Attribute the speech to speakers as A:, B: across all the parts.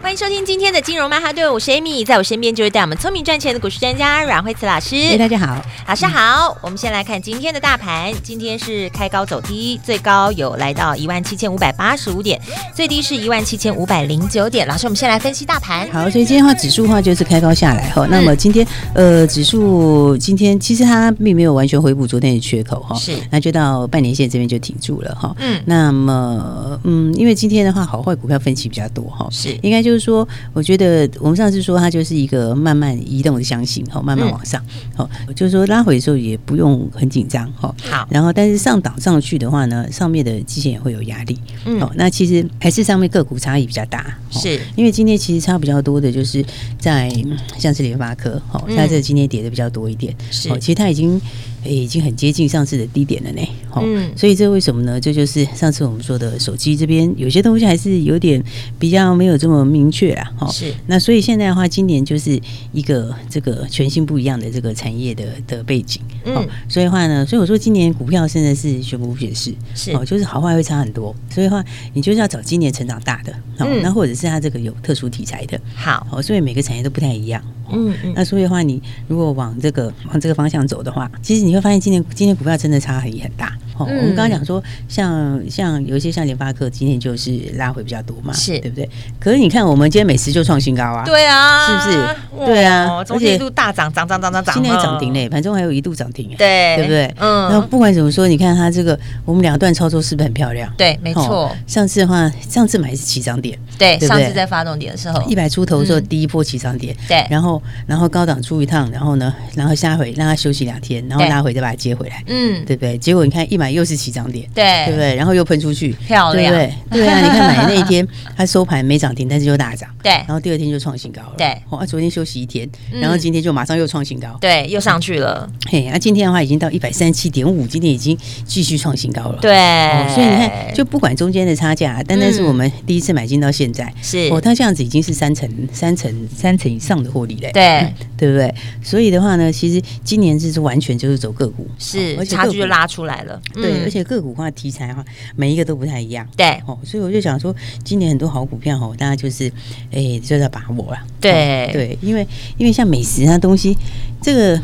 A: 欢迎收听今天的金融曼哈顿，我是 Amy，在我身边就是带我们聪明赚钱的股市专家阮慧慈老
B: 哎、
A: 师。
B: 大家好，
A: 老师好，我们先来看今天的大盘，今天是开高走低，最高有来到一万七千五百八十五点，最低是一万七千五百零九点。老师，我们先来分析大盘。
B: 好，所以今天的话指数的话就是开高下来
A: 嗯
B: 哈。那么今天呃指数今天其实它并没有完全回补昨天的缺口哈，
A: 是
B: 那就到半年线这边就停住了哈。
A: 嗯
B: 那么嗯，因为今天的话好坏股票分歧比较多哈，
A: 是
B: 应该就是说，我觉得我们上次说它就是一个慢慢移动的箱型哈，慢慢
A: 嗯
B: 往上，好、就是说拉回的时候也不用很紧张哈。
A: 好
B: 然后但是上档上去的话呢，上面的基线也会有压力。
A: 嗯
B: 哦，那其实还是上面个股差异比较大。哦
A: 是
B: 因为今天其实差比较多的就是在嗯像是联发科，哦，
A: 嗯
B: 它这今天跌的比较多一点。
A: 是
B: 哦，其实它已经诶已经很接近上次的低点了呢。哦，
A: 嗯
B: 所以这为什么呢？这就是上次我们说的手机这边有些东西还是有点比较没有这么明确啦。哦，
A: 是
B: 那所以现在的话，今年就是一个这个全新不一样的这个产业的的背景。
A: 嗯
B: 哦，所以的话呢，所以我说今年股票真的是全无解释，
A: 是
B: 哦，就是好坏会差很多。所以的话，你就是要找今年成长大的，哦，
A: 嗯
B: 那或者是它这个有特殊题材的，
A: 好，
B: 哦，所以每个产业都不太一样。
A: 嗯嗯
B: 那所以的话，你如果往这个往这个方向走的话，其实你会发现今年今年股票真的差很很大。哦，
A: 嗯
B: 我们刚刚讲说，像像有一些像联发科，今天就是拉回比较多嘛，
A: 是
B: 对不对？可是你看，我们今天美食就创新高啊，，
A: 对
B: 是
A: 啊，
B: 不是
A: 哇
B: 对啊
A: 中间
B: 而且
A: 一度大涨，涨涨涨涨涨，
B: 今天还涨停，嘞，盘中还有一度涨停，，
A: 对
B: 对不对？
A: 嗯，
B: 那不管怎么说，你看它这个，我们两段操作是不是很漂亮？
A: 对，没错
B: 哦，上次的话，上次买是起涨点，
A: 对，
B: 对不对
A: 上次在发动点的时候，
B: 一百出头的时候
A: 嗯
B: 第一波起涨点，
A: 对
B: 然后然后高档出一趟，然后呢，然后下回让它休息两天，然后
A: 对
B: 拉回再把它接回来，
A: 嗯，
B: 对不对？结果你看一买又是起涨点，
A: 对
B: 对不对？然后又喷出去，
A: 漂亮
B: 对不对？对啊，你看买 的那一天它收盘没涨停，但是又大涨，
A: 对
B: 然后第二天就创新高了，
A: 对
B: 哦，啊昨天休息一天，
A: 嗯
B: 然后今天就马上又创新高，
A: 对，又上去了，
B: 嘿，那、今天的话已经到一百三十七点五，今天已经继续创新高了，。
A: 对，
B: 哦，所以你看，就不管中间的差价，单单是
A: 嗯
B: 我们第一次买进到现在，
A: 是
B: 哦，它这样子已经是三成、三成、三成以上的获利嘞，嗯
A: 对
B: 对不对？所以的话呢，其实今年就是完全就是走个股，哦
A: 是差
B: 个
A: 距就
B: 股
A: 拉出来了，
B: 对，
A: 嗯
B: 而且个股化题材的话，每一个都不太一样。
A: 对
B: 哦，所以我就想说，今年很多好股票哦，大家就是，哎，就是要把握啦。
A: 对
B: 哦对，因为因为像美食啊东西，这个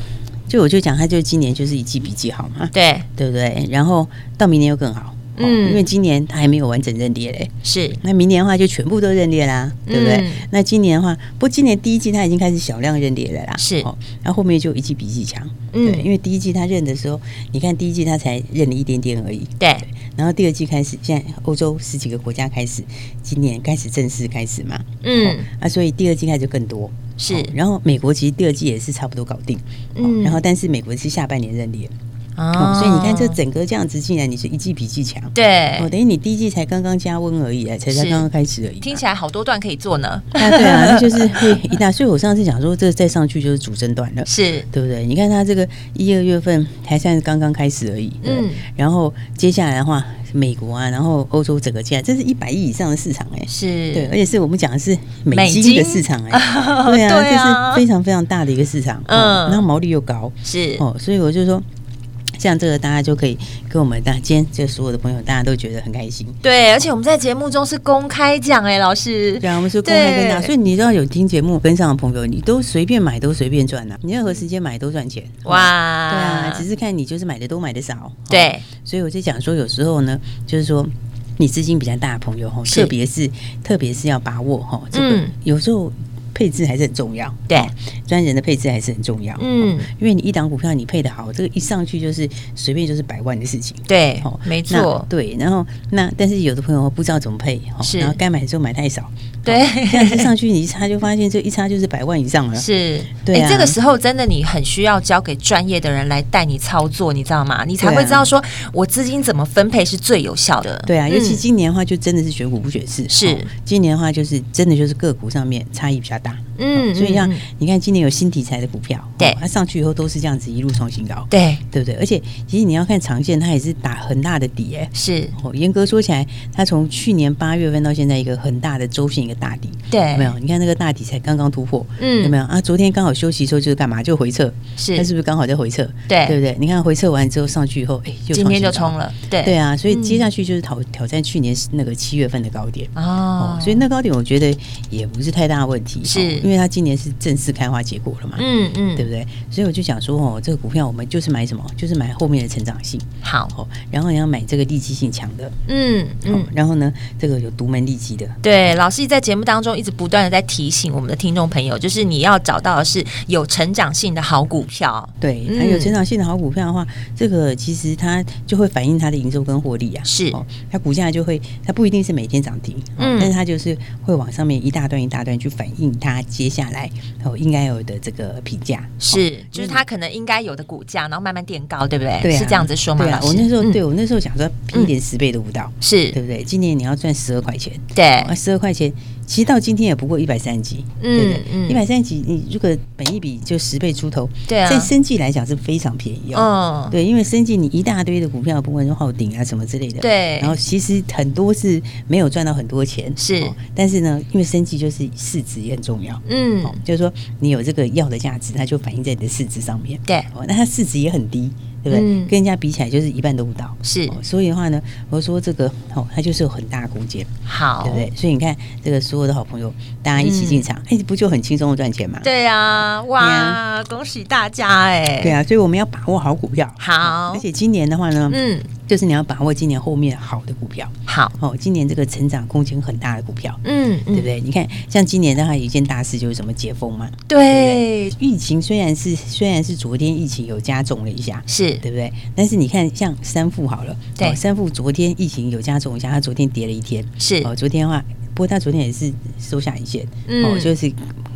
B: 就我就讲，它就今年就是一季比一季好嘛，
A: 对
B: 对不对？然后到明年又更好，哦
A: 嗯
B: 因为今年它还没有完整认列嘞，
A: 是
B: 那明年的话就全部都认列啦，对不对？
A: 嗯
B: 那今年的话，不过今年第一季它已经开始小量认列了啦，
A: 是
B: 哦，然后后面就一季比一季强，
A: 嗯
B: 对，因为第一季它认的时候，你看第一季它才认了一点点而已，
A: 对
B: 然后第二季开始，现在欧洲十几个国家开始，今年开始正式开始嘛，哦
A: 嗯，
B: 啊，所以第二季开始就更多。
A: 是
B: 哦然后美国其实第二季也是差不多搞定，
A: 嗯
B: 嗯，然后但是美国是下半年认列，哦，
A: 哦
B: 所以你看这整个这样子，竟然你是一季比一季强，哦，
A: 对，
B: 等于你第一季才刚刚加温而已，才才
A: 是
B: 刚刚开始而已嘛，
A: 听起来好多段可以做呢，
B: 啊，对啊，那就是会一大。所以我上次讲说，这再上去就是主升段了，
A: 是
B: 对不对？你看它这个一二月份还算是刚刚开始而已，对不对
A: 嗯
B: 然后接下来的话，美国啊，然后欧洲整个进来，这是一百亿以上的市场哎、
A: 是，
B: 对，而且是我们讲的是
A: 美
B: 美金的
A: 金
B: 市场哎、对啊，
A: 对啊
B: 这是非常非常大的一个市场，
A: 嗯
B: 嗯，然后毛利又高，
A: 是
B: 哦，所以我就说，像这个大家就可以跟我们大今天就所有的朋友，大家都觉得很开心。
A: 对，而且我们在节目中是公开讲哎，老师
B: 对，啊，我们是公开跟大
A: 对
B: 家，所以你知道有听节目跟上的朋友，你都随便买都随便赚啊呐、你任何时间买都赚钱。哦！对
A: 哇，
B: 啊，只是看你就是买的多买的少。哦
A: 对，
B: 所以我就讲说，有时候呢，就是说。你资金比较大的朋友哈，哦
A: 是
B: 特别是特别是要把握哈，哦这个
A: 嗯
B: 有时候配置还是很重要。
A: 对
B: 哦，专人的配置还是很重要。
A: 嗯，
B: 因为你一档股票你配的好，这个一上去就是随便就是百万的事情。
A: 对
B: 哦，
A: 没
B: 那
A: 错，
B: 对，然后那但是有的朋友不知道怎么配，哦
A: 是
B: 然后该买的时候买太少，
A: 对，
B: 这样子上去你一差就发现这一差就是百万以上了。
A: 是，
B: 对
A: 诶
B: 啊
A: 这个时候真的你很需要交给专业的人来带你操作，你知道吗？你才
B: 对啊
A: 会知道说我资金怎么分配是最有效的。
B: 对啊，尤其
A: 嗯
B: 今年的话，就真的是选股不选市。
A: 是
B: 哦今年的话，就是真的就是个股上面差异比较大。
A: 嗯
B: 所以像
A: 嗯嗯
B: 你看，今年有新题材的股票，
A: 对
B: 哦它上去以后都是这样子一路创新高，
A: 对
B: 对不对？而且其实你要看长线，它也是打很大的底哎。
A: 是，
B: 哦，严格说起来，它从去年八月份到现在，一个很大的周线一个大底，
A: 对
B: 有没有？你看那个大底才刚刚突破，
A: 嗯
B: 有没有啊？昨天刚好休息的时候就是干嘛？就回撤，
A: 是
B: 它是不是刚好在回撤？
A: 对
B: 对不对？你看回撤完之后上去以后，哎，又
A: 今天就
B: 创
A: 冲
B: 新高
A: 了，对
B: 对啊，所以接
A: 嗯
B: 下去就是挑挑战去年那个七月份的高点。
A: 哦
B: 哦，，所以那高点我觉得也不是太大的问题，
A: 是
B: 哦因为它今年是正式开花结果了嘛，
A: 嗯嗯，
B: 对不对？所以我就想说，哦，这个股票我们就是买什么，就是买后面的成长性，
A: 好，
B: 哦，然后你要买这个利基性强的，
A: 嗯
B: 嗯
A: 嗯，，
B: 然后呢，这个有独门利基的，
A: 对，老师在节目当中一直不断的在提醒我们的听众朋友，就是你要找到的是有成长性的好股票，
B: 对，
A: 嗯
B: 它有成长性的好股票的话，这个其实它就会反映它的营收跟获利啊。
A: 是
B: 哦，它股价就会，它不一定是每天涨停，哦
A: 嗯
B: 但是它就是会往上面一大段一大段去反映它接下来哦应该有的这个评价。哦
A: 是，就是它可能应该有的股价，然后慢慢垫高，对不对？
B: 对啊
A: 是这样子说吗？
B: 对啊
A: 老，师
B: 我那时候、
A: 嗯
B: 对我那时候想说一点十倍都不到，对
A: 是，
B: 不对？今年你要赚十二块钱，
A: 对
B: 啊，，十二块钱，其实到今天也不过一百三十几，
A: 嗯
B: 哦对不对？
A: 嗯
B: 一百三十几，你如果本一比就十倍出头，
A: 对啊
B: 在生计来讲是非常便宜哦。
A: 嗯，
B: 对，因为生计你一大堆的股票，不管是昊鼎啊什么之类的，
A: 对
B: 然后其实很多是没有赚到很多钱，哦
A: 是
B: 但是呢，因为生计就是市值也很重要。
A: 嗯
B: 哦，，就是说你有这个药的价值，它就反映在你的市值上面。
A: 对
B: 哦，那它市值也很低，对不对？
A: 嗯
B: 跟人家比起来，就是一半都不到。
A: 是
B: 哦所以的话呢，我说这个哦，它就是有很大的空间，
A: 好，
B: 对不对？所以你看，这个所有的好朋友，大家一起进场，哎、不就很轻松的赚钱吗？
A: 嗯对啊，哇，
B: 呀
A: 恭喜大家哎、
B: 对啊，所以我们要把握好股票。
A: 好
B: 而且今年的话呢，
A: 嗯，
B: 就是你要把握今年后面好的股票。
A: 好，
B: 哦，今年这个成长空间很大的股票，
A: 嗯，
B: 对
A: 嗯
B: 不对？你看，像今年的话，有一件大事就是什么解封嘛，
A: 对，
B: 疫情虽然是虽然是昨天疫情有加重了一下，
A: 是，
B: 对不对？但是你看，像三富好了，哦
A: 对
B: 三富昨天疫情有加重一下，它昨天跌了一天，
A: 是
B: 哦，昨天的话，不过它昨天也是收下影线，
A: 嗯
B: 哦，就是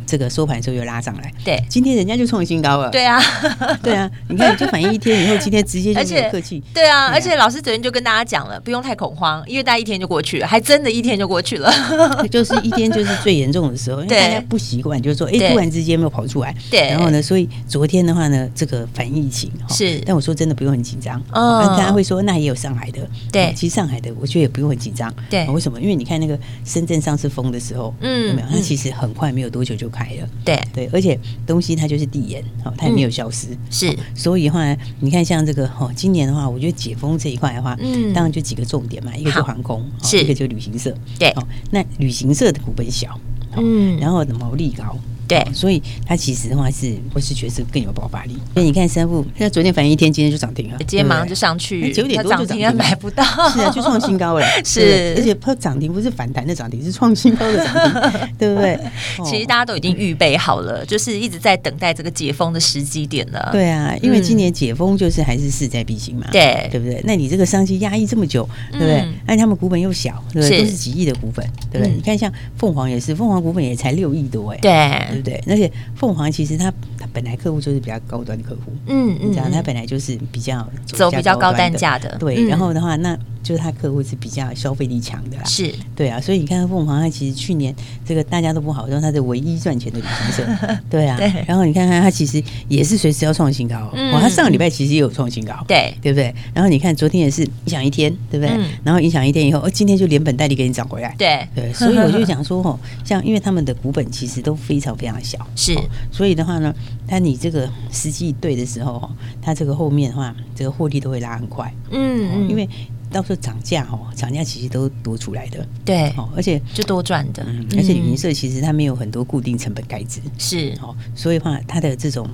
B: 这个收盘的时候又拉上来，
A: 对
B: 今天人家就创新高了，
A: 对啊，
B: 对啊，你看就反映一天以后，今天直接就
A: 而
B: 没有
A: 且
B: 客气，
A: 对啊，
B: 对啊
A: 而且老师昨天就跟大家讲了，不用太恐慌，因为大家一天就过去了，还真的一天就过去了。
B: 就是一天就是最严重的时候，因为
A: 对
B: 大家不习惯，就是说，哎、
A: 对
B: 突然之间没有跑出来，
A: 对
B: 然后呢，所以昨天的话呢，这个反疫情哈
A: 是
B: 但我说真的不用很紧张，
A: 嗯
B: 哦但大家会说那也有上海的，
A: 对
B: 哦其实上海的我觉得也不用很紧张，
A: 对
B: 哦为什么？因为你看那个深圳上次封的时候，
A: 嗯
B: 有没有？它
A: 嗯
B: 其实很快没有多久就开了，
A: 对，
B: 对，而且东西它就是递延，好，
A: 嗯
B: 它也没有消失，
A: 是，
B: 所以的话，你看像这个哦，今年的话，我觉得解封这一块的话，
A: 嗯
B: 当然就几个重点嘛，一个就航空，哦
A: 是
B: 一个就旅行社，
A: 对
B: 哦，那旅行社的股本小，哦
A: 嗯
B: 然后毛利高。
A: 对
B: 哦所以它其实的话是，我是觉得是更有爆发力。所以你看三富，它昨天反应一天，今天就涨停了，
A: 今天马上就
B: 对不对
A: 上去，
B: 那哎九点
A: 它
B: 多就
A: 涨停
B: 涨停
A: 也
B: 了
A: 买不到，
B: 是啊，就创 新高了，
A: 是
B: 对不对而且它涨停不是反弹的涨停，是创新高的涨停，对不对？哦
A: 其实大家都已经预备好了，就是一直在等待这个解封的时机点了。
B: 对啊，因为
A: 嗯
B: 今年解封就是还是势在必行嘛，
A: 对
B: 对不对？那你这个商机压抑这么久，对不对
A: 哎嗯？
B: 那他们股本又小，对不对？
A: 是
B: 都是几亿的股本，对不对？
A: 嗯
B: 你看像凤凰也是，凤凰股本也才六亿多哎，对
A: 对
B: 不对？而且凤凰其实它它本来客户就是比较高端的客户，
A: 嗯
B: 你讲它
A: 嗯，
B: 本来就是比较
A: 走比较高单
B: 端
A: 价的
B: 对。
A: 嗯
B: 然后的话，那就是它客户是比较消费力强的啦，
A: 是
B: 对啊，所以你看凤凰，它其实去年这个大家都不好，让它是唯一赚钱的旅行社， 对啊。
A: 对
B: 然后你看看它其实也是随时要创新高哦，
A: 嗯
B: 哇，它上个礼拜其实也有创新高，
A: 对
B: 对不对？然后你看昨天也是影响一天，对不对？
A: 嗯
B: 然后影响一天以后，哦，今天就连本带利给你涨回来，
A: 对
B: 对。所以我就讲说，哦，像因为他们的股本其实都非常非常小，
A: 是
B: 哦所以的话呢，它你这个时机一对的时候，哦它这个后面的话，这个获利都会拉很快，
A: 嗯
B: 哦
A: 嗯，
B: 因为到时候涨价哦，涨价其实都多出来的。
A: 对
B: 哦，而且
A: 就多赚的嗯
B: 嗯，，而且旅行社其实它没有很多固定成本开支，
A: 是
B: 哦，所以的话它的这种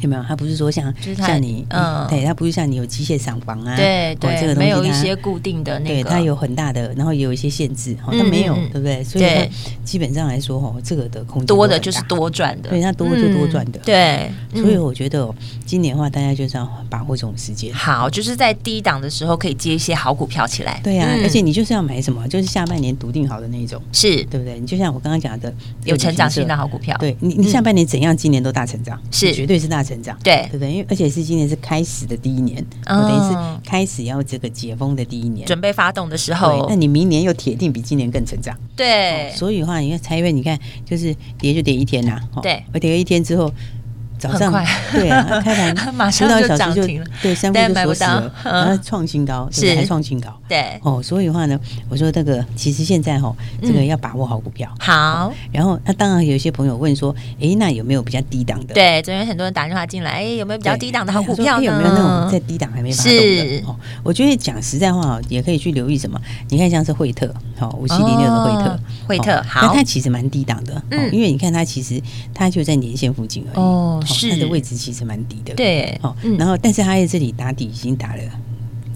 B: 有没有？它不是说像
A: 就是它
B: 像你，
A: 嗯
B: 嗯，对，它不是像你有机械厂房啊，
A: 对
B: 哦
A: 对，
B: 这个东
A: 没
B: 西
A: 有一
B: 它
A: 些固定的那
B: 对，
A: 个，
B: 它有很大的，然后也有一些限制，哈，
A: 嗯
B: 它没有
A: 嗯嗯，
B: 对不对？所以它
A: 对
B: 基本上来说，哈，这个的空间
A: 多
B: 都
A: 的
B: 很
A: 就是
B: 大，
A: 多赚的，
B: 对，它多就多赚的
A: 嗯，对，嗯
B: 所以我觉得哦今年的话，大家就是要把握这种时间。
A: 好，就是在低档的时候可以接一些好股票起来。
B: 对呀、
A: 嗯
B: 而且你就是要买什么，就是下半年笃定好的那一种，
A: 是
B: 对不对？你就像我刚刚讲的，
A: 有成长性的
B: 这个旅行社，
A: 好股票。
B: 对你，你下半年怎样，今年都大成长，
A: 是
B: 绝对是大成长，
A: 对
B: 对不对？因为而且是今年是开始的第一年，
A: 哦
B: 哦、等于是开始要这个解封的第一年。
A: 准备发动的时
B: 对
A: 候，
B: 那，你明年又铁定比今年更成长，
A: 对，
B: 哦所以的话，你看财运，你看就是跌就跌一天呐、哦
A: 对
B: 而跌了一天之后，早上
A: 很快
B: 对啊，开 盘
A: 马上
B: 不到一
A: 就
B: 小时
A: 涨
B: 就
A: 停了
B: 对，三
A: 但
B: 分就
A: 买不
B: 锁死了，
A: 到
B: 然
A: 嗯
B: 后创新高，对不对
A: 是
B: 还创新高，
A: 对，
B: 哦，所以的话呢，我说这个其实现在哈、哦，这个
A: 嗯
B: 要把握好股票。
A: 好，
B: 然后，那当然有一些朋友问说，诶，那有没有比较低档的？
A: 对，
B: 对，
A: 昨天很多人打电话进来，哎，有没有比较低档的好股票呢？
B: 说诶有没有那种在低档还没发动
A: 是
B: 的？哦，我觉得讲实在话哦，也可以去留意什么？你看像是惠特，好、哦，五七零六的惠特
A: 哦，惠特
B: 哦
A: 好
B: 那它其实蛮低档的，
A: 嗯
B: 嗯，因为你看它其实它就在年线附近而已，
A: 哦是
B: 它的位置其实蛮低的，，
A: 对，
B: 好、
A: 嗯
B: 然后但是它在这里打底已经打了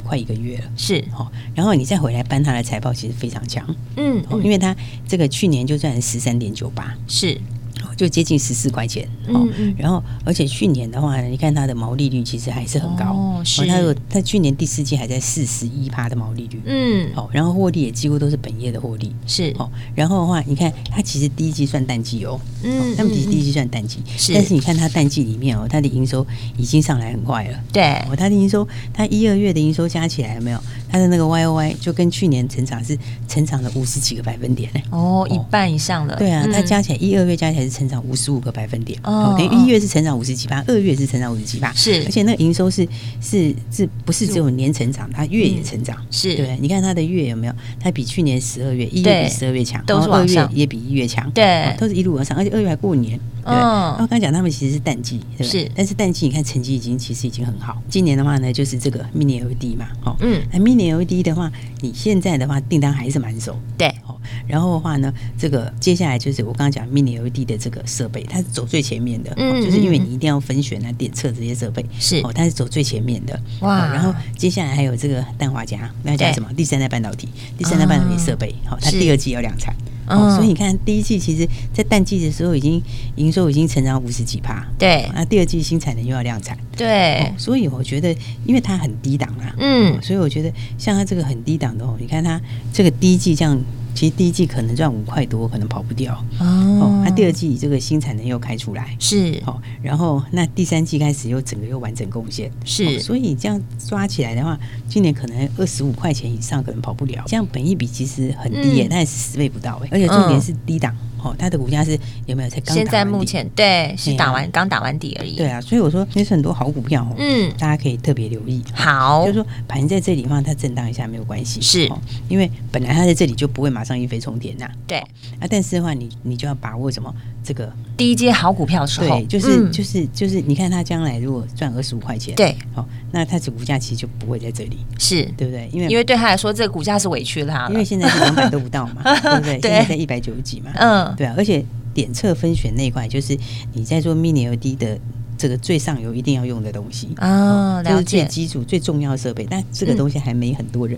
B: 快一个月了。
A: 是，
B: 哦，然后你再回来搬它的财报，其实非常强，
A: 嗯，
B: 哦，
A: 嗯
B: 因为它这个去年就赚十三点九八，
A: 是，
B: 哦就接近十四块钱，哦
A: 嗯，嗯
B: 然后而且去年的话，你看它的毛利率其实还是很高，
A: 哦是
B: 它有它去年第四季还在四十一趴的毛利率，
A: 嗯，
B: 哦，然后获利也几乎都是本业的获利，
A: 是，
B: 哦，然后的话，你看它其实第一季算淡季哦，
A: 嗯
B: 哦他们其实
A: 嗯
B: 第一季算淡季，
A: 是
B: 但是你看它淡季里面哦，它的营收已经上来很快了。
A: 对，
B: 哦，它的营收，它一二月的营收加起来有没有？它的那个 Y O Y 就跟去年成长是成长了五十几个百分点呢、
A: 哦，一半以上了，
B: 对啊，
A: 嗯
B: 它加起来一二月加起来是成长五十五个百分点，
A: 哦
B: 等于一月是成长五十几趴，二月是成长五十几趴，
A: 是
B: 而且那个营收是是是不是只有年成长，它月也成长，
A: 是
B: 对不对，你看它的月有没有？它比去年十二月一
A: 嗯对
B: 月比十二月强，
A: 都是
B: 然后二
A: 往上
B: 月也比一月强，
A: 对
B: 哦都是一路往上，而且二月还过年，哦对不对。
A: 嗯
B: 然后刚刚讲他们其实是淡季，对不对
A: 是
B: 但是淡季你看成绩已经其实已经很好，今年的话呢就是这个 Mini LED 嘛，哦，
A: 嗯，
B: 那 Mini LED 的话，你现在的话订单还是满手，
A: 对，
B: 哦，然后的话呢，这个接下来就是我刚刚讲 Mini LED 的这个设备，它是走最前面的，
A: 嗯
B: 哦就是因为
A: 嗯
B: 你一定要分选啊、点测这些设备，
A: 是
B: 哦，它是走最前面的，
A: 哇
B: 哦然后接下来还有这个氮化镓，那讲什么？第三代半导体，第三代半导体设备，好、它
A: 是
B: 第二季有两产。
A: 啊嗯
B: 哦，所以你看，第一季其实，在淡季的时候，已经营收已经成长五十几趴。
A: 对
B: 哦那第二季新产能又要量产。
A: 对
B: 哦，，所以我觉得，因为它很低档啊，
A: 嗯，
B: 所以我觉得像它这个很低档的哦，你看它这个第一季这样，其实第一季可能赚五块多，可能跑不掉哦
A: 哦。
B: 它、第二季这个新产能又开出来，
A: 是
B: 哦，然后那第三季开始又整个又完整贡献，哦
A: 是
B: 所以这样抓起来的话，今年可能二十五块钱以上可能跑不了。这样本益比其实很低耶，
A: 嗯
B: 那也是十倍不到哎，而且重点
A: 嗯
B: 是低档哦，它的股价是有没有才刚
A: 现
B: 打
A: 在
B: 完
A: 目
B: 底
A: 前对是
B: 对啊
A: 打完刚打完底而已，
B: 对，啊，所以我说也是很多好股票哦，
A: 嗯
B: 大家可以特别留意。
A: 好
B: 就是，说盘在这里的话，它震荡一下没有关系，
A: 哦是
B: 哦因为本来它在这里就不会马上一飞冲天呐、
A: 对，
B: 啊，但是的话你，你就要把握什么这个
A: 第一阶好股票的时候，
B: 对，就是、
A: 嗯
B: 就是就是，你看它将来如果赚二十五块钱，
A: 对，
B: 好、那它的股价其实就不会在这里，
A: 是
B: 对不对？因为
A: 因为对他来说，这个股价是委屈了他
B: 因
A: 了
B: 为，现在是两百都不到 嘛，对不对？
A: 对
B: 现在在一百九十几嘛，
A: 嗯，
B: 对啊，而且点测分选那一块，就是你在做 mini LED 的这个最上游一定要用的东西
A: 哦，
B: 这
A: 了
B: 是最
A: 解，
B: 基础、最重要的设备。但这个
A: 嗯
B: 东西还没很多人，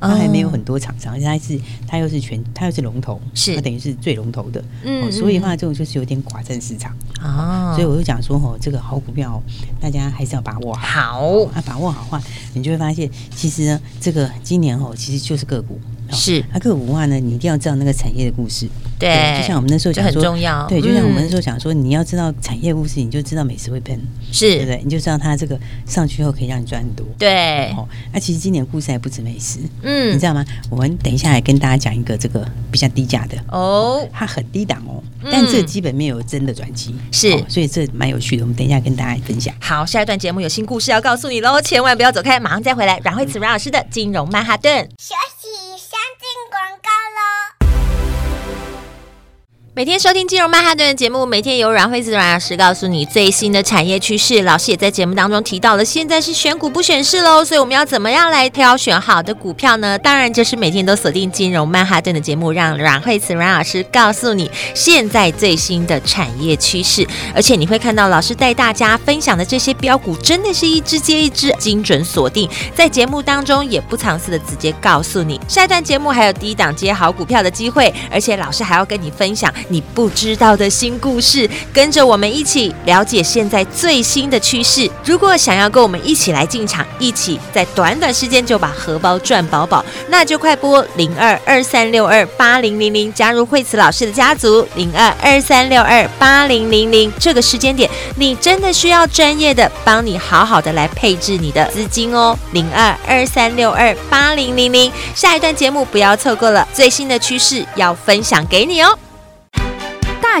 A: 哦
B: 它还没有很多厂商，而且它是它又是全它又是龙头，
A: 是
B: 它等于是最龙头的。
A: 嗯
B: 哦所以的话，这种就是有点寡占市场。
A: 哦，
B: 所以我就讲说，哦，这个好股票哦，大家还是要把握好。
A: 好，
B: 啊，把握好的话，你就会发现，其实呢，这个今年哦，其实就是个股。哦
A: 是
B: 啊，个股的话呢，你一定要知道那个产业的故事。
A: 对，
B: 就像我们那时候
A: 就
B: 讲
A: 很
B: 说，
A: 重要，
B: 对，就像我们那
A: 嗯
B: 时候讲说，你要知道产业故事，你就知道美食会喷，对不
A: 是，
B: 对？你就知道它这个上去后可以让你赚很多。
A: 对，
B: 哦，那、其实今年故事还不止美食，你
A: 嗯
B: 知，道吗？我们等一下来跟大家讲一个这个比较低价的，
A: 哦，
B: 它很低档哦，
A: 嗯
B: 但这基本面有真的转机，
A: 是
B: 哦所以这蛮有趣的。我们等一下跟大家分享。
A: 好，下一段节目有新故事要告诉你喽，千万不要走开，马上再回来。阮慧慈阮老师的金融曼哈顿。
C: 学习先进广告喽。
A: 每天收听《金融曼哈顿》的节目，每天由阮惠子阮老师告诉你最新的产业趋势。老师也在节目当中提到了，现在是选股不选市喽，所以我们要怎么样来挑选好的股票呢？当然就是每天都锁定《金融曼哈顿》的节目，让阮惠子阮老师告诉你现在最新的产业趋势。而且你会看到老师带大家分享的这些标股，真的是一只接一只，精准锁定，在节目当中也不藏私的直接告诉你。下一段节目还有低档接好股票的机会，而且老师还要跟你分享你不知道的新故事，跟着我们一起了解现在最新的趋势。如果想要跟我们一起来进场，一起在短短时间就把荷包赚饱饱，那就快拨零二二三六二八零零零加入惠慈老师的家族零二二三六二八零零零。这个时间点，你真的需要专业的帮你好好的来配置你的资金哦。零二二三六二八零零零，下一段节目不要错过了，最新的趋势要分享给你哦。
C: 大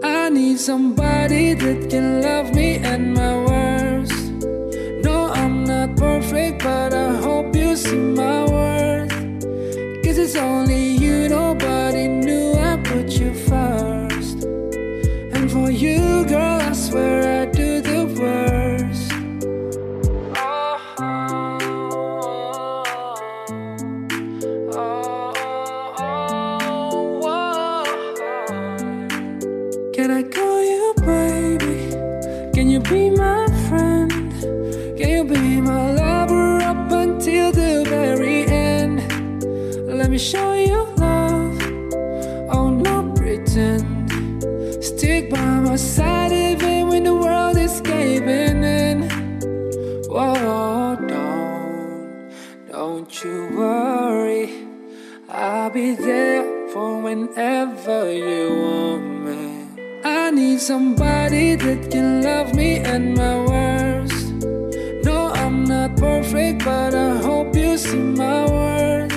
D: I need somebody that can love me at my worst. No, I'm not perfect, but I hope you see my worth. Cause it's only you, nobody knew I put you first. And for you, girl, I swear I do the worst. Oh, oh, oh. Can I call you baby? Can you be my friend? Can you be my lover up until the very end? Let me show you love. Oh, no pretend. Stick by my side even when the world is caving in. Whoa, don't, don't you worry. I'll be there for whenever you want me. I need somebody that can love me at my worst. No, I'm not perfect, but I hope you see my worth.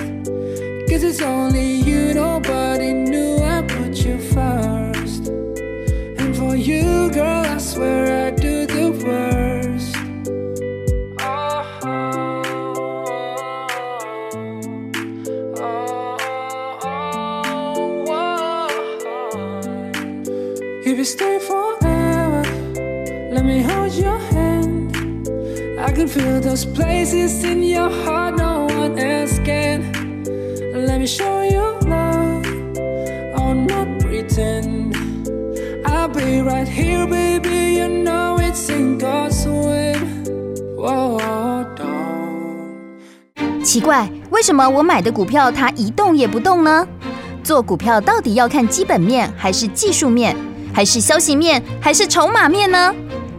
D: Cause it's only you, nobody knew I put you first. And for you, girl, I swear I do the worst. Oh, oh, If you stay forever, let me hold your hand. I can feel those places in your heart no one else can. Let me show you love, oh, not pretend. I'll be right here, baby. You know it's in God's will. Whoa, don't.
C: 奇怪，为什么我买的股票它一动也不动呢？做股票到底要看基本面，还是技术面，还是消息面，还是筹码面呢？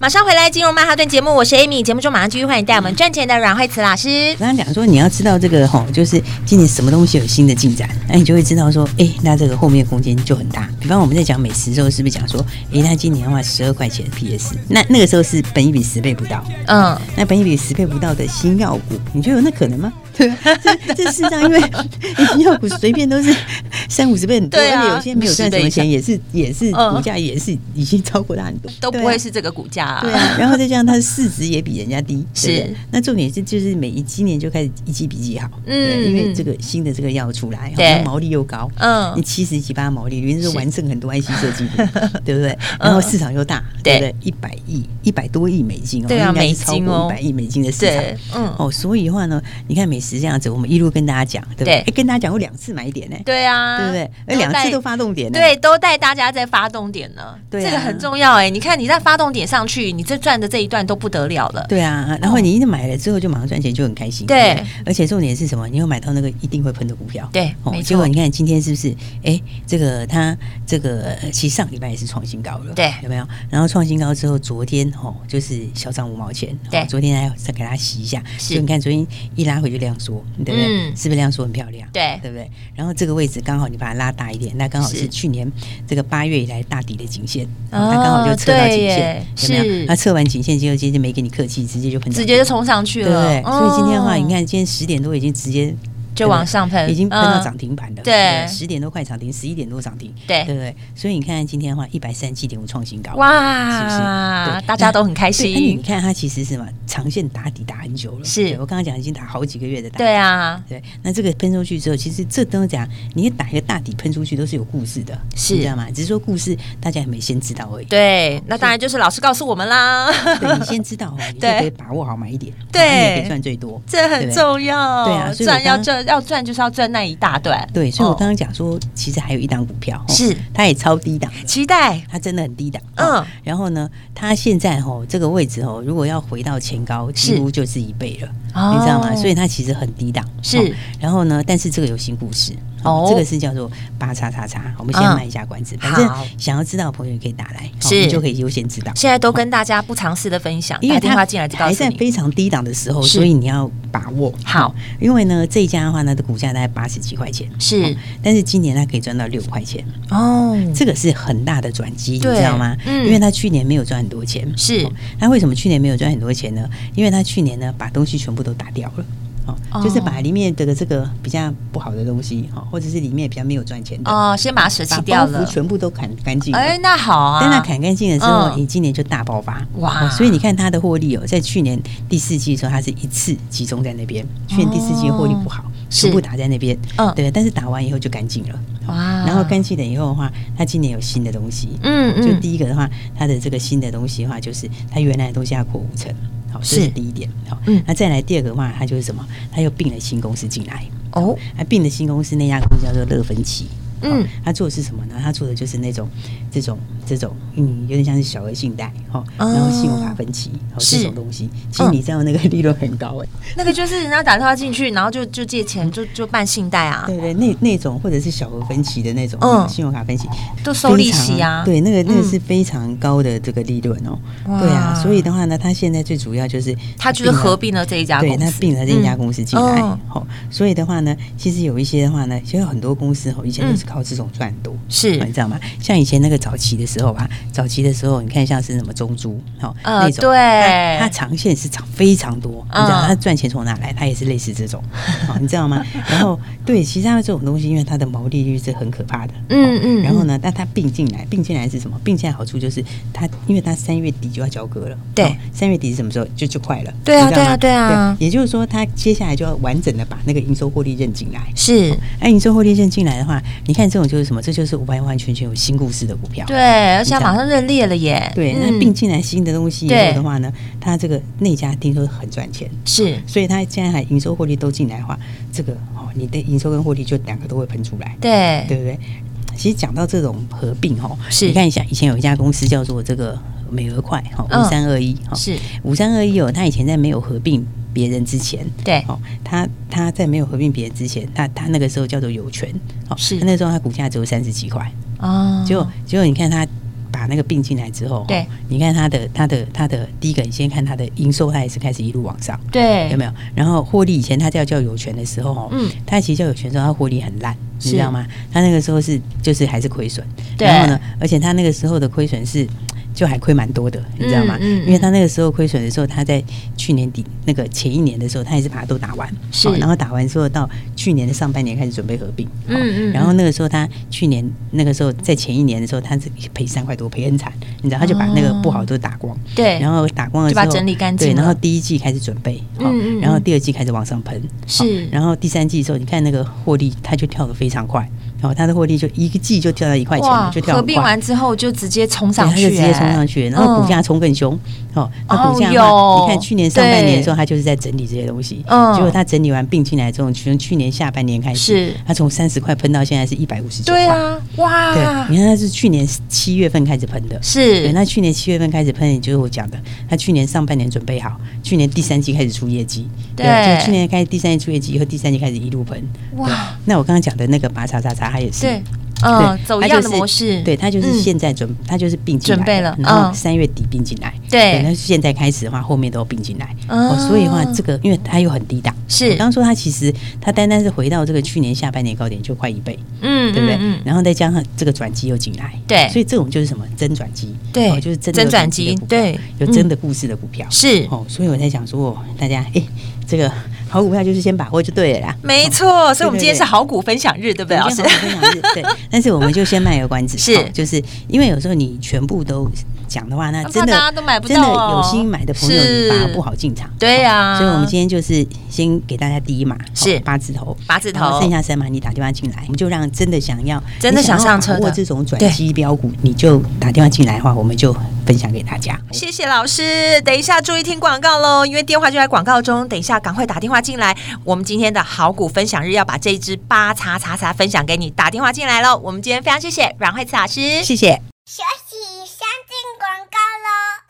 A: 马上回来，金融曼哈顿节目，我是 Amy。节目中马上继续欢迎带我们赚钱的阮慧慈老师。
B: 刚刚讲说你要知道这个吼，就是今年什么东西有新的进展，那你就会知道说，哎、那这个后面空间就很大。比方我们在讲美食的时候，是不是讲说，哎、那今年的话十二块钱 PS，那那个时候是本一比十倍不到，
A: 嗯，
B: 那本一比十倍不到的新药股，你觉得有那可能 吗？对，这这世上因为 新药股随便都是三五十倍很多，
A: 对啊
B: 而且有些没有赚什么钱，也是也是
A: 嗯
B: 股价也是已经超过它很多，
A: 都不
B: 对啊
A: 会是这个股价、啊
B: 对啊，然后再加上它的市值也比人家低，
A: 是
B: 对不对那重点是就是每一今年就开始一季比一季好，对
A: 嗯
B: 因为这个新的这个药出来，
A: 对
B: 然后毛利又高，
A: 嗯
B: 你七十几八毛利，原来是
A: 是嗯
B: 完胜很多 IC 设计股， 对不对？然后市场又大，对不
A: 对
B: 对？一百亿一百多亿美金哦，
A: 对啊
B: 应该是超
A: 美金哦
B: 过一百亿美金的市场
A: 对。，嗯，
B: 哦，所以的话呢，你看美食这样子，我们一路跟大家讲，对
A: 对
B: 不对？哎跟大家讲过两次买点呢，
A: 对啊，
B: 对不对？
A: 然
B: 而
A: 后
B: 两次
A: 带
B: 都发动点呢，
A: 对，都带大家在发动点呢，
B: 对啊
A: 这个很重要哎、你看你在发动点上去，你这赚的这一段都不得了了。
B: 对啊，然后你一买了之后就马上赚钱，就很开心。
A: 对
B: 不，而且重点是什么？你又买到那个一定会喷的股票。哦
A: 对没错
B: 结果你看今天是不是？哎，这个它这个呃其实上礼拜也是创新高了，
A: 对
B: 有没有？然后创新高之后，昨天哦就是小涨五毛钱，哦
A: 对
B: 昨天还再给它洗一下，
A: 是
B: 所以你看昨天一拉回就量缩，对不对？
A: 嗯
B: 是不是量缩很漂亮？
A: 对
B: 对不对？然后这个位置刚好你把它拉大一点，那刚好
A: 是
B: 是去年这个八月以来大底的颈线，啊
A: 哦
B: 它刚好就测到
A: 对
B: 颈
A: 耶
B: 线，有没
A: 是
B: 有？它测完颈线之后，今天就没给你客气，直接就喷上去，
A: 直接就冲上去
B: 对不
A: 了，
B: 对？
A: 嗯
B: 所以今天的话，你看今天十点多已经直接
A: 就往上喷，
B: 已经喷到
A: 嗯
B: 涨停板了，
A: 对
B: 十点多快涨停，十一点多涨停，
A: 对
B: 对不对？所以你看今天的话，一百三十七点五创新高，是不是
A: 哇，
B: 对
A: 大家都很开
B: 对，那哎你
A: 心，
B: 看它其实是什么长线打底打很久了，
A: 是
B: 对我刚刚讲已经打好几个月的打底
A: 对啊，
B: 对，那这个喷出去之后，其实这都讲，你也打一个大底喷出去都是有故事的，
A: 是
B: 你知道吗？只是说故事大家还没先知道而已。
A: 对，那当然就是老师告诉我们啦，
B: 对，你先 知道哦，你就
A: 对
B: 可以把握好买一 点，
A: 对
B: 然后你也可以赚最多，
A: 这
B: 对
A: 很
B: 不对
A: 重要，
B: 对啊所以我
A: 赚要
B: 刚
A: 赚要赚就是要赚那一大段，
B: 对，所以我
A: 哦
B: 刚刚讲说，其实还有一档股票，哦
A: 是
B: 它也超低档的，
A: 期待，
B: 它真的很低档。
A: 嗯
B: 嗯，然后呢，它现在吼这个位置吼，如果要回到前高，几
A: 是
B: 乎就是一倍了，
A: 哦
B: 你知道吗？所以它其实很低档。
A: 是
B: 哦然后呢，但是这个有新故事
A: 哦
B: 哦，这个是叫做八叉叉叉。我们先
A: 嗯
B: 卖一下关子，
A: 好
B: 反正想要知道的朋友也可以打来，哦
A: 是
B: 你就可以优先知道。
A: 现在都跟大家不尝试的分享，
B: 因
A: 打
B: 为
A: 电
B: 它
A: 话进来就告
B: 还
A: 诉
B: 在
A: 你，
B: 非常低档的时候，
A: 是
B: 所以你要把握。
A: 好，
B: 因为呢这一家的话呢，的股价大概八十几块钱，哦
A: 是
B: 但是今年它可以赚到六块钱。
A: 哦，
B: 这个是很大的转机，你
A: 对
B: 知道吗？
A: 嗯
B: 因为他去年没有赚很多钱，
A: 是
B: 哦那为什么去年没有赚很多钱呢？因为他去年呢把东西全部都打掉了。
A: 哦
B: 哦，就是把里面的这个比较不好的东西，哈，或者是里面比较没有赚钱的，
A: 哦，先把它舍弃
B: 把
A: 掉
B: 包袱
A: 了，
B: 全部都砍干净了。
A: 哎，那好啊，
B: 但它砍干净了之后，
A: 嗯
B: 你今年就大爆发
A: 哇
B: 哦所以你看它的获利哦，在去年第四季的时候，它是一次集中在那边，去年第四季获利不好，
A: 是
B: 全部打在那边，
A: 嗯
B: 对。但是打完以后就干净了，哦
A: 哇
B: 然后干净了以后的话，它今年有新的东西，
A: 嗯啊嗯
B: 就第一个的话，它的这个新的东西的话，就是它原来的东西要扩五成。好，这
A: 是
B: 是第一点。好，
A: 嗯
B: 那再来第二个的话，它就是什么？它又并了新公司进来。
A: 哦，
B: 它并的新公司那家公司叫做乐芬奇。
A: 嗯
B: 嗯，它做的是什么呢？它做的就是那种这种这种，嗯，有点像是小额信贷，哈、
A: 哦
B: 然后信用卡分期，哦，
A: 是
B: 这种东西，其实你知道那个利润很高哎、
A: 那个就是人家打电话进去，然后就就借钱，就就办信贷啊，
B: 对对，那那种或者是小额分期的那种，
A: 嗯
B: 信用卡分期
A: 都收利息
B: 非
A: 啊
B: 常对，那个那个
A: 嗯
B: 是非常高的这个利润哦，
A: 哇
B: 对啊，所以的话呢，它现在最主要就是
A: 他就是合并了这一家公
B: 对，
A: 司，
B: 那并了这家公司进来，
A: 嗯
B: 好、所以的话呢，其实有一些的话呢，其实有很多公司哦，以前都
A: 嗯
B: 是靠这种赚多，
A: 是
B: 你知道吗？像以前那个早期的时候吧，早期的时候，你看像是什么中珠，好、
A: 呃
B: 那种，
A: 对
B: 它它长线是涨非常多，你知道
A: 嗯
B: 它赚钱从哪来？它也是类似这种，好、你知道吗？ 然后对，其实它这种东西，因为它的毛利率是很可怕的，
A: 嗯
B: 哦
A: 嗯
B: 然后呢，但它并进来，并进来是什么？并进来好处就是它，因为它三月底就要交割了，
A: 对
B: 哦三、月底是什么时候？就就快了，
A: 对啊
B: 你知道吗
A: 对啊对啊
B: 也就是说，它接下来就要完整的把那个营收获利认进来。
A: 是
B: 那营收获利认进来的话，你看这种就是什么？这就是完完全全有新故事的股票。
A: 对，而且它马上认列了耶，
B: 对，那
A: 嗯
B: 并进来新的东西以后
A: 对
B: 的话呢，它这个那家听说很赚钱，
A: 是
B: 所以它现在还营收获利都进来的话，这个哦，你的营收跟获利就两个都会喷出来。
A: 对
B: 对不对？其实讲到这种合并哈，
A: 是
B: 你看一下，以前有一家公司叫做这个美俄快哈，
A: 嗯
B: 五三二一哈，
A: 是
B: 五三二一哦，它以前在没有合并别人之前，
A: 对
B: 哦，它它在没有合并别人之前，它它那个时候叫做有权，哦，
A: 是
B: 它那时候它股价只有三十几块，
A: 哦，
B: 结果结果你看它把那个并进来之后，哦
A: 对，
B: 你看它的它的它的第一个，你先看它的营收，它也是开始一路往上，
A: 对
B: 有，没有？然后获利以前它叫叫有权的时候，哦，
A: 嗯，
B: 它其实叫有权的时候，它获利很烂，你
A: 是
B: 知道吗？它那个时候是就是还是亏损，
A: 对
B: 然后呢，而且它那个时候的亏损是。就还亏蛮多的，你知道吗？
A: 嗯嗯嗯
B: 因为它那个时候亏损的时候，它在去年底那个前一年的时候，它也是把它都打完，
A: 是
B: 好然后打完之后到去年的上半年开始准备合并，好
A: 嗯嗯嗯
B: 然后那个时候他去年那个时候在前一年的时候，他是赔三块多，赔很惨，你知道，他就把那个不好都打光，
A: 对，
B: 然后打光了
A: 哎就把
B: 之后
A: 整理干净
B: 对，
A: 了
B: 然后第一季开始准备，好
A: 嗯嗯嗯
B: 然后第二季开始往上喷，好
A: 是
B: 然后第三季的时候，你看那个获利，它就跳得非常快，然后它的获利就一个季就跳到一块钱了，就跳
A: 合
B: 很
A: 并
B: 快。
A: 完之后就直接冲
B: 对
A: 上
B: 它就
A: 去、
B: 直接冲
A: 哎
B: 上去，然后股价冲更凶。哦，那股价的
A: 哦有
B: 话，你看去年上半年的时
A: 对
B: 候，它就是在整理这些东西。
A: 嗯
B: 结果它整理完并进来之后，从去年下半年开始
A: 是，
B: 它从三十块喷到现在是一百五十九块。
A: 对啊，
B: 对，
A: 哇，
B: 你看它是去年七月份开始喷的。对，
A: 是，
B: 那去年七月份开始喷，也就是我讲的，他去年上半年准备好，去年第三季开始出业绩，
A: 对
B: 就去年开始第三季出业绩以后，第三季开始一路喷。
A: 哇
B: 对，那我刚刚讲的那个拔叉叉叉，它也是。
A: 对，
B: 对
A: 嗯，走一
B: 它
A: 样
B: 就
A: 的
B: 是
A: 模式，
B: 对，它就是
A: 嗯
B: 现在准，它就是并进来
A: 准备了
B: 然后
A: 嗯
B: 三月底并进来，
A: 对
B: 那现在开始的话，后面都并进来，
A: 啊
B: 哦，所以的话这个因为它又很低档，
A: 是
B: 我刚刚说它其实它单单是回到这个去年下半年高点就快一倍，
A: 嗯，
B: 对不对？
A: 嗯嗯
B: 然后再加上这个转机又进来，
A: 对
B: 所以这种就是什么真转机，
A: 对
B: 哦就是真的
A: 真
B: 有
A: 转
B: 转机的
A: 机
B: 股票
A: 对嗯
B: 有真的故事的股票，
A: 是，
B: 哦，所以我在想说，大家哎，这个好股票就是先把握就对了啦。
A: 没错，所以我们
B: 对对
A: 今天
B: 对
A: 是好股分享日， 对不对，老
B: 我
A: 师
B: 觉得？好股分享是对，但是我们就先卖个关子，
A: 是
B: 哦就是因为有时候你全部都讲的话，那
A: 那怕
B: 真的
A: 大家都买不
B: 真的
A: 到哦
B: 有心买的朋友，
A: 是
B: 你反而不好进场。哦
A: 对呀、
B: 所以，我们今天就是先给大家第一码，
A: 是
B: 哦八字头，
A: 八字头
B: 然后剩下三码你打电话进来，我们就让真的想要
A: 真的想上车的
B: 或这种转机标股，你就打电话进来的话，我们就分享给大家。
A: 谢谢老师，等一下注意听广告喽，因为电话就在广告中，等一下赶快打电话进来。我们今天的好股分享日要把这一支八叉叉叉分享给你，打电话进来喽。我们今天非常谢谢阮慧慈老师，
B: 谢谢。
E: 休息，上进广告喽。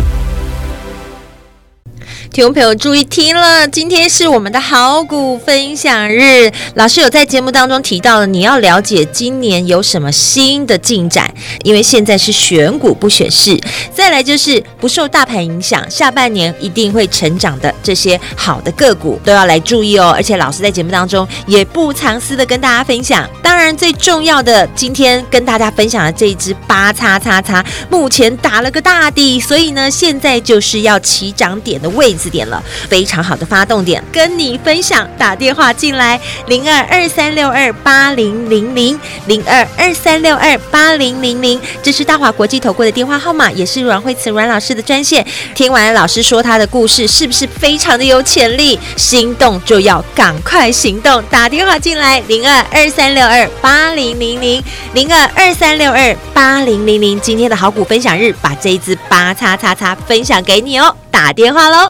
A: 听众朋友注意听了，今天是我们的好股分享日。老师有在节目当中提到了，你要了解今年有什么新的进展，因为现在是选股不选市。再来就是不受大盘影响，下半年一定会成长的这些好的个股都要来注意哦。而且老师在节目当中也不藏私的跟大家分享。当然，最重要的，今天跟大家分享的这一支八叉叉叉，目前打了个大底，所以呢，现在就是要起涨点的位置点了，非常好的发动点，跟你分享。打电话进来，零二二三六二八零零零，零二二三六二八零零零，这是大华国际投顾的电话号码，也是阮慧慈阮老师的专线。听完老师说他的故事，是不是非常的有潜力？心动就要赶快行动，打电话进来，零二二三六二八零零零。零二二三六二八零零零。今天的好股分享日，把这一支八叉叉叉分享给你哦，打电话喽。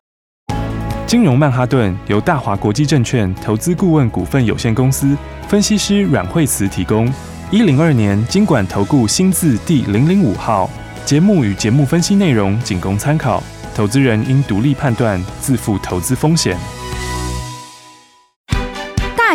F: 金融曼哈顿由大华国际证券投资顾问股份有限公司分析师阮惠慈提供。一零二年经管投顾新字第零零五号。节目与节目分析内容仅供参考，投资人应独立判断，自负投资风险。
C: 大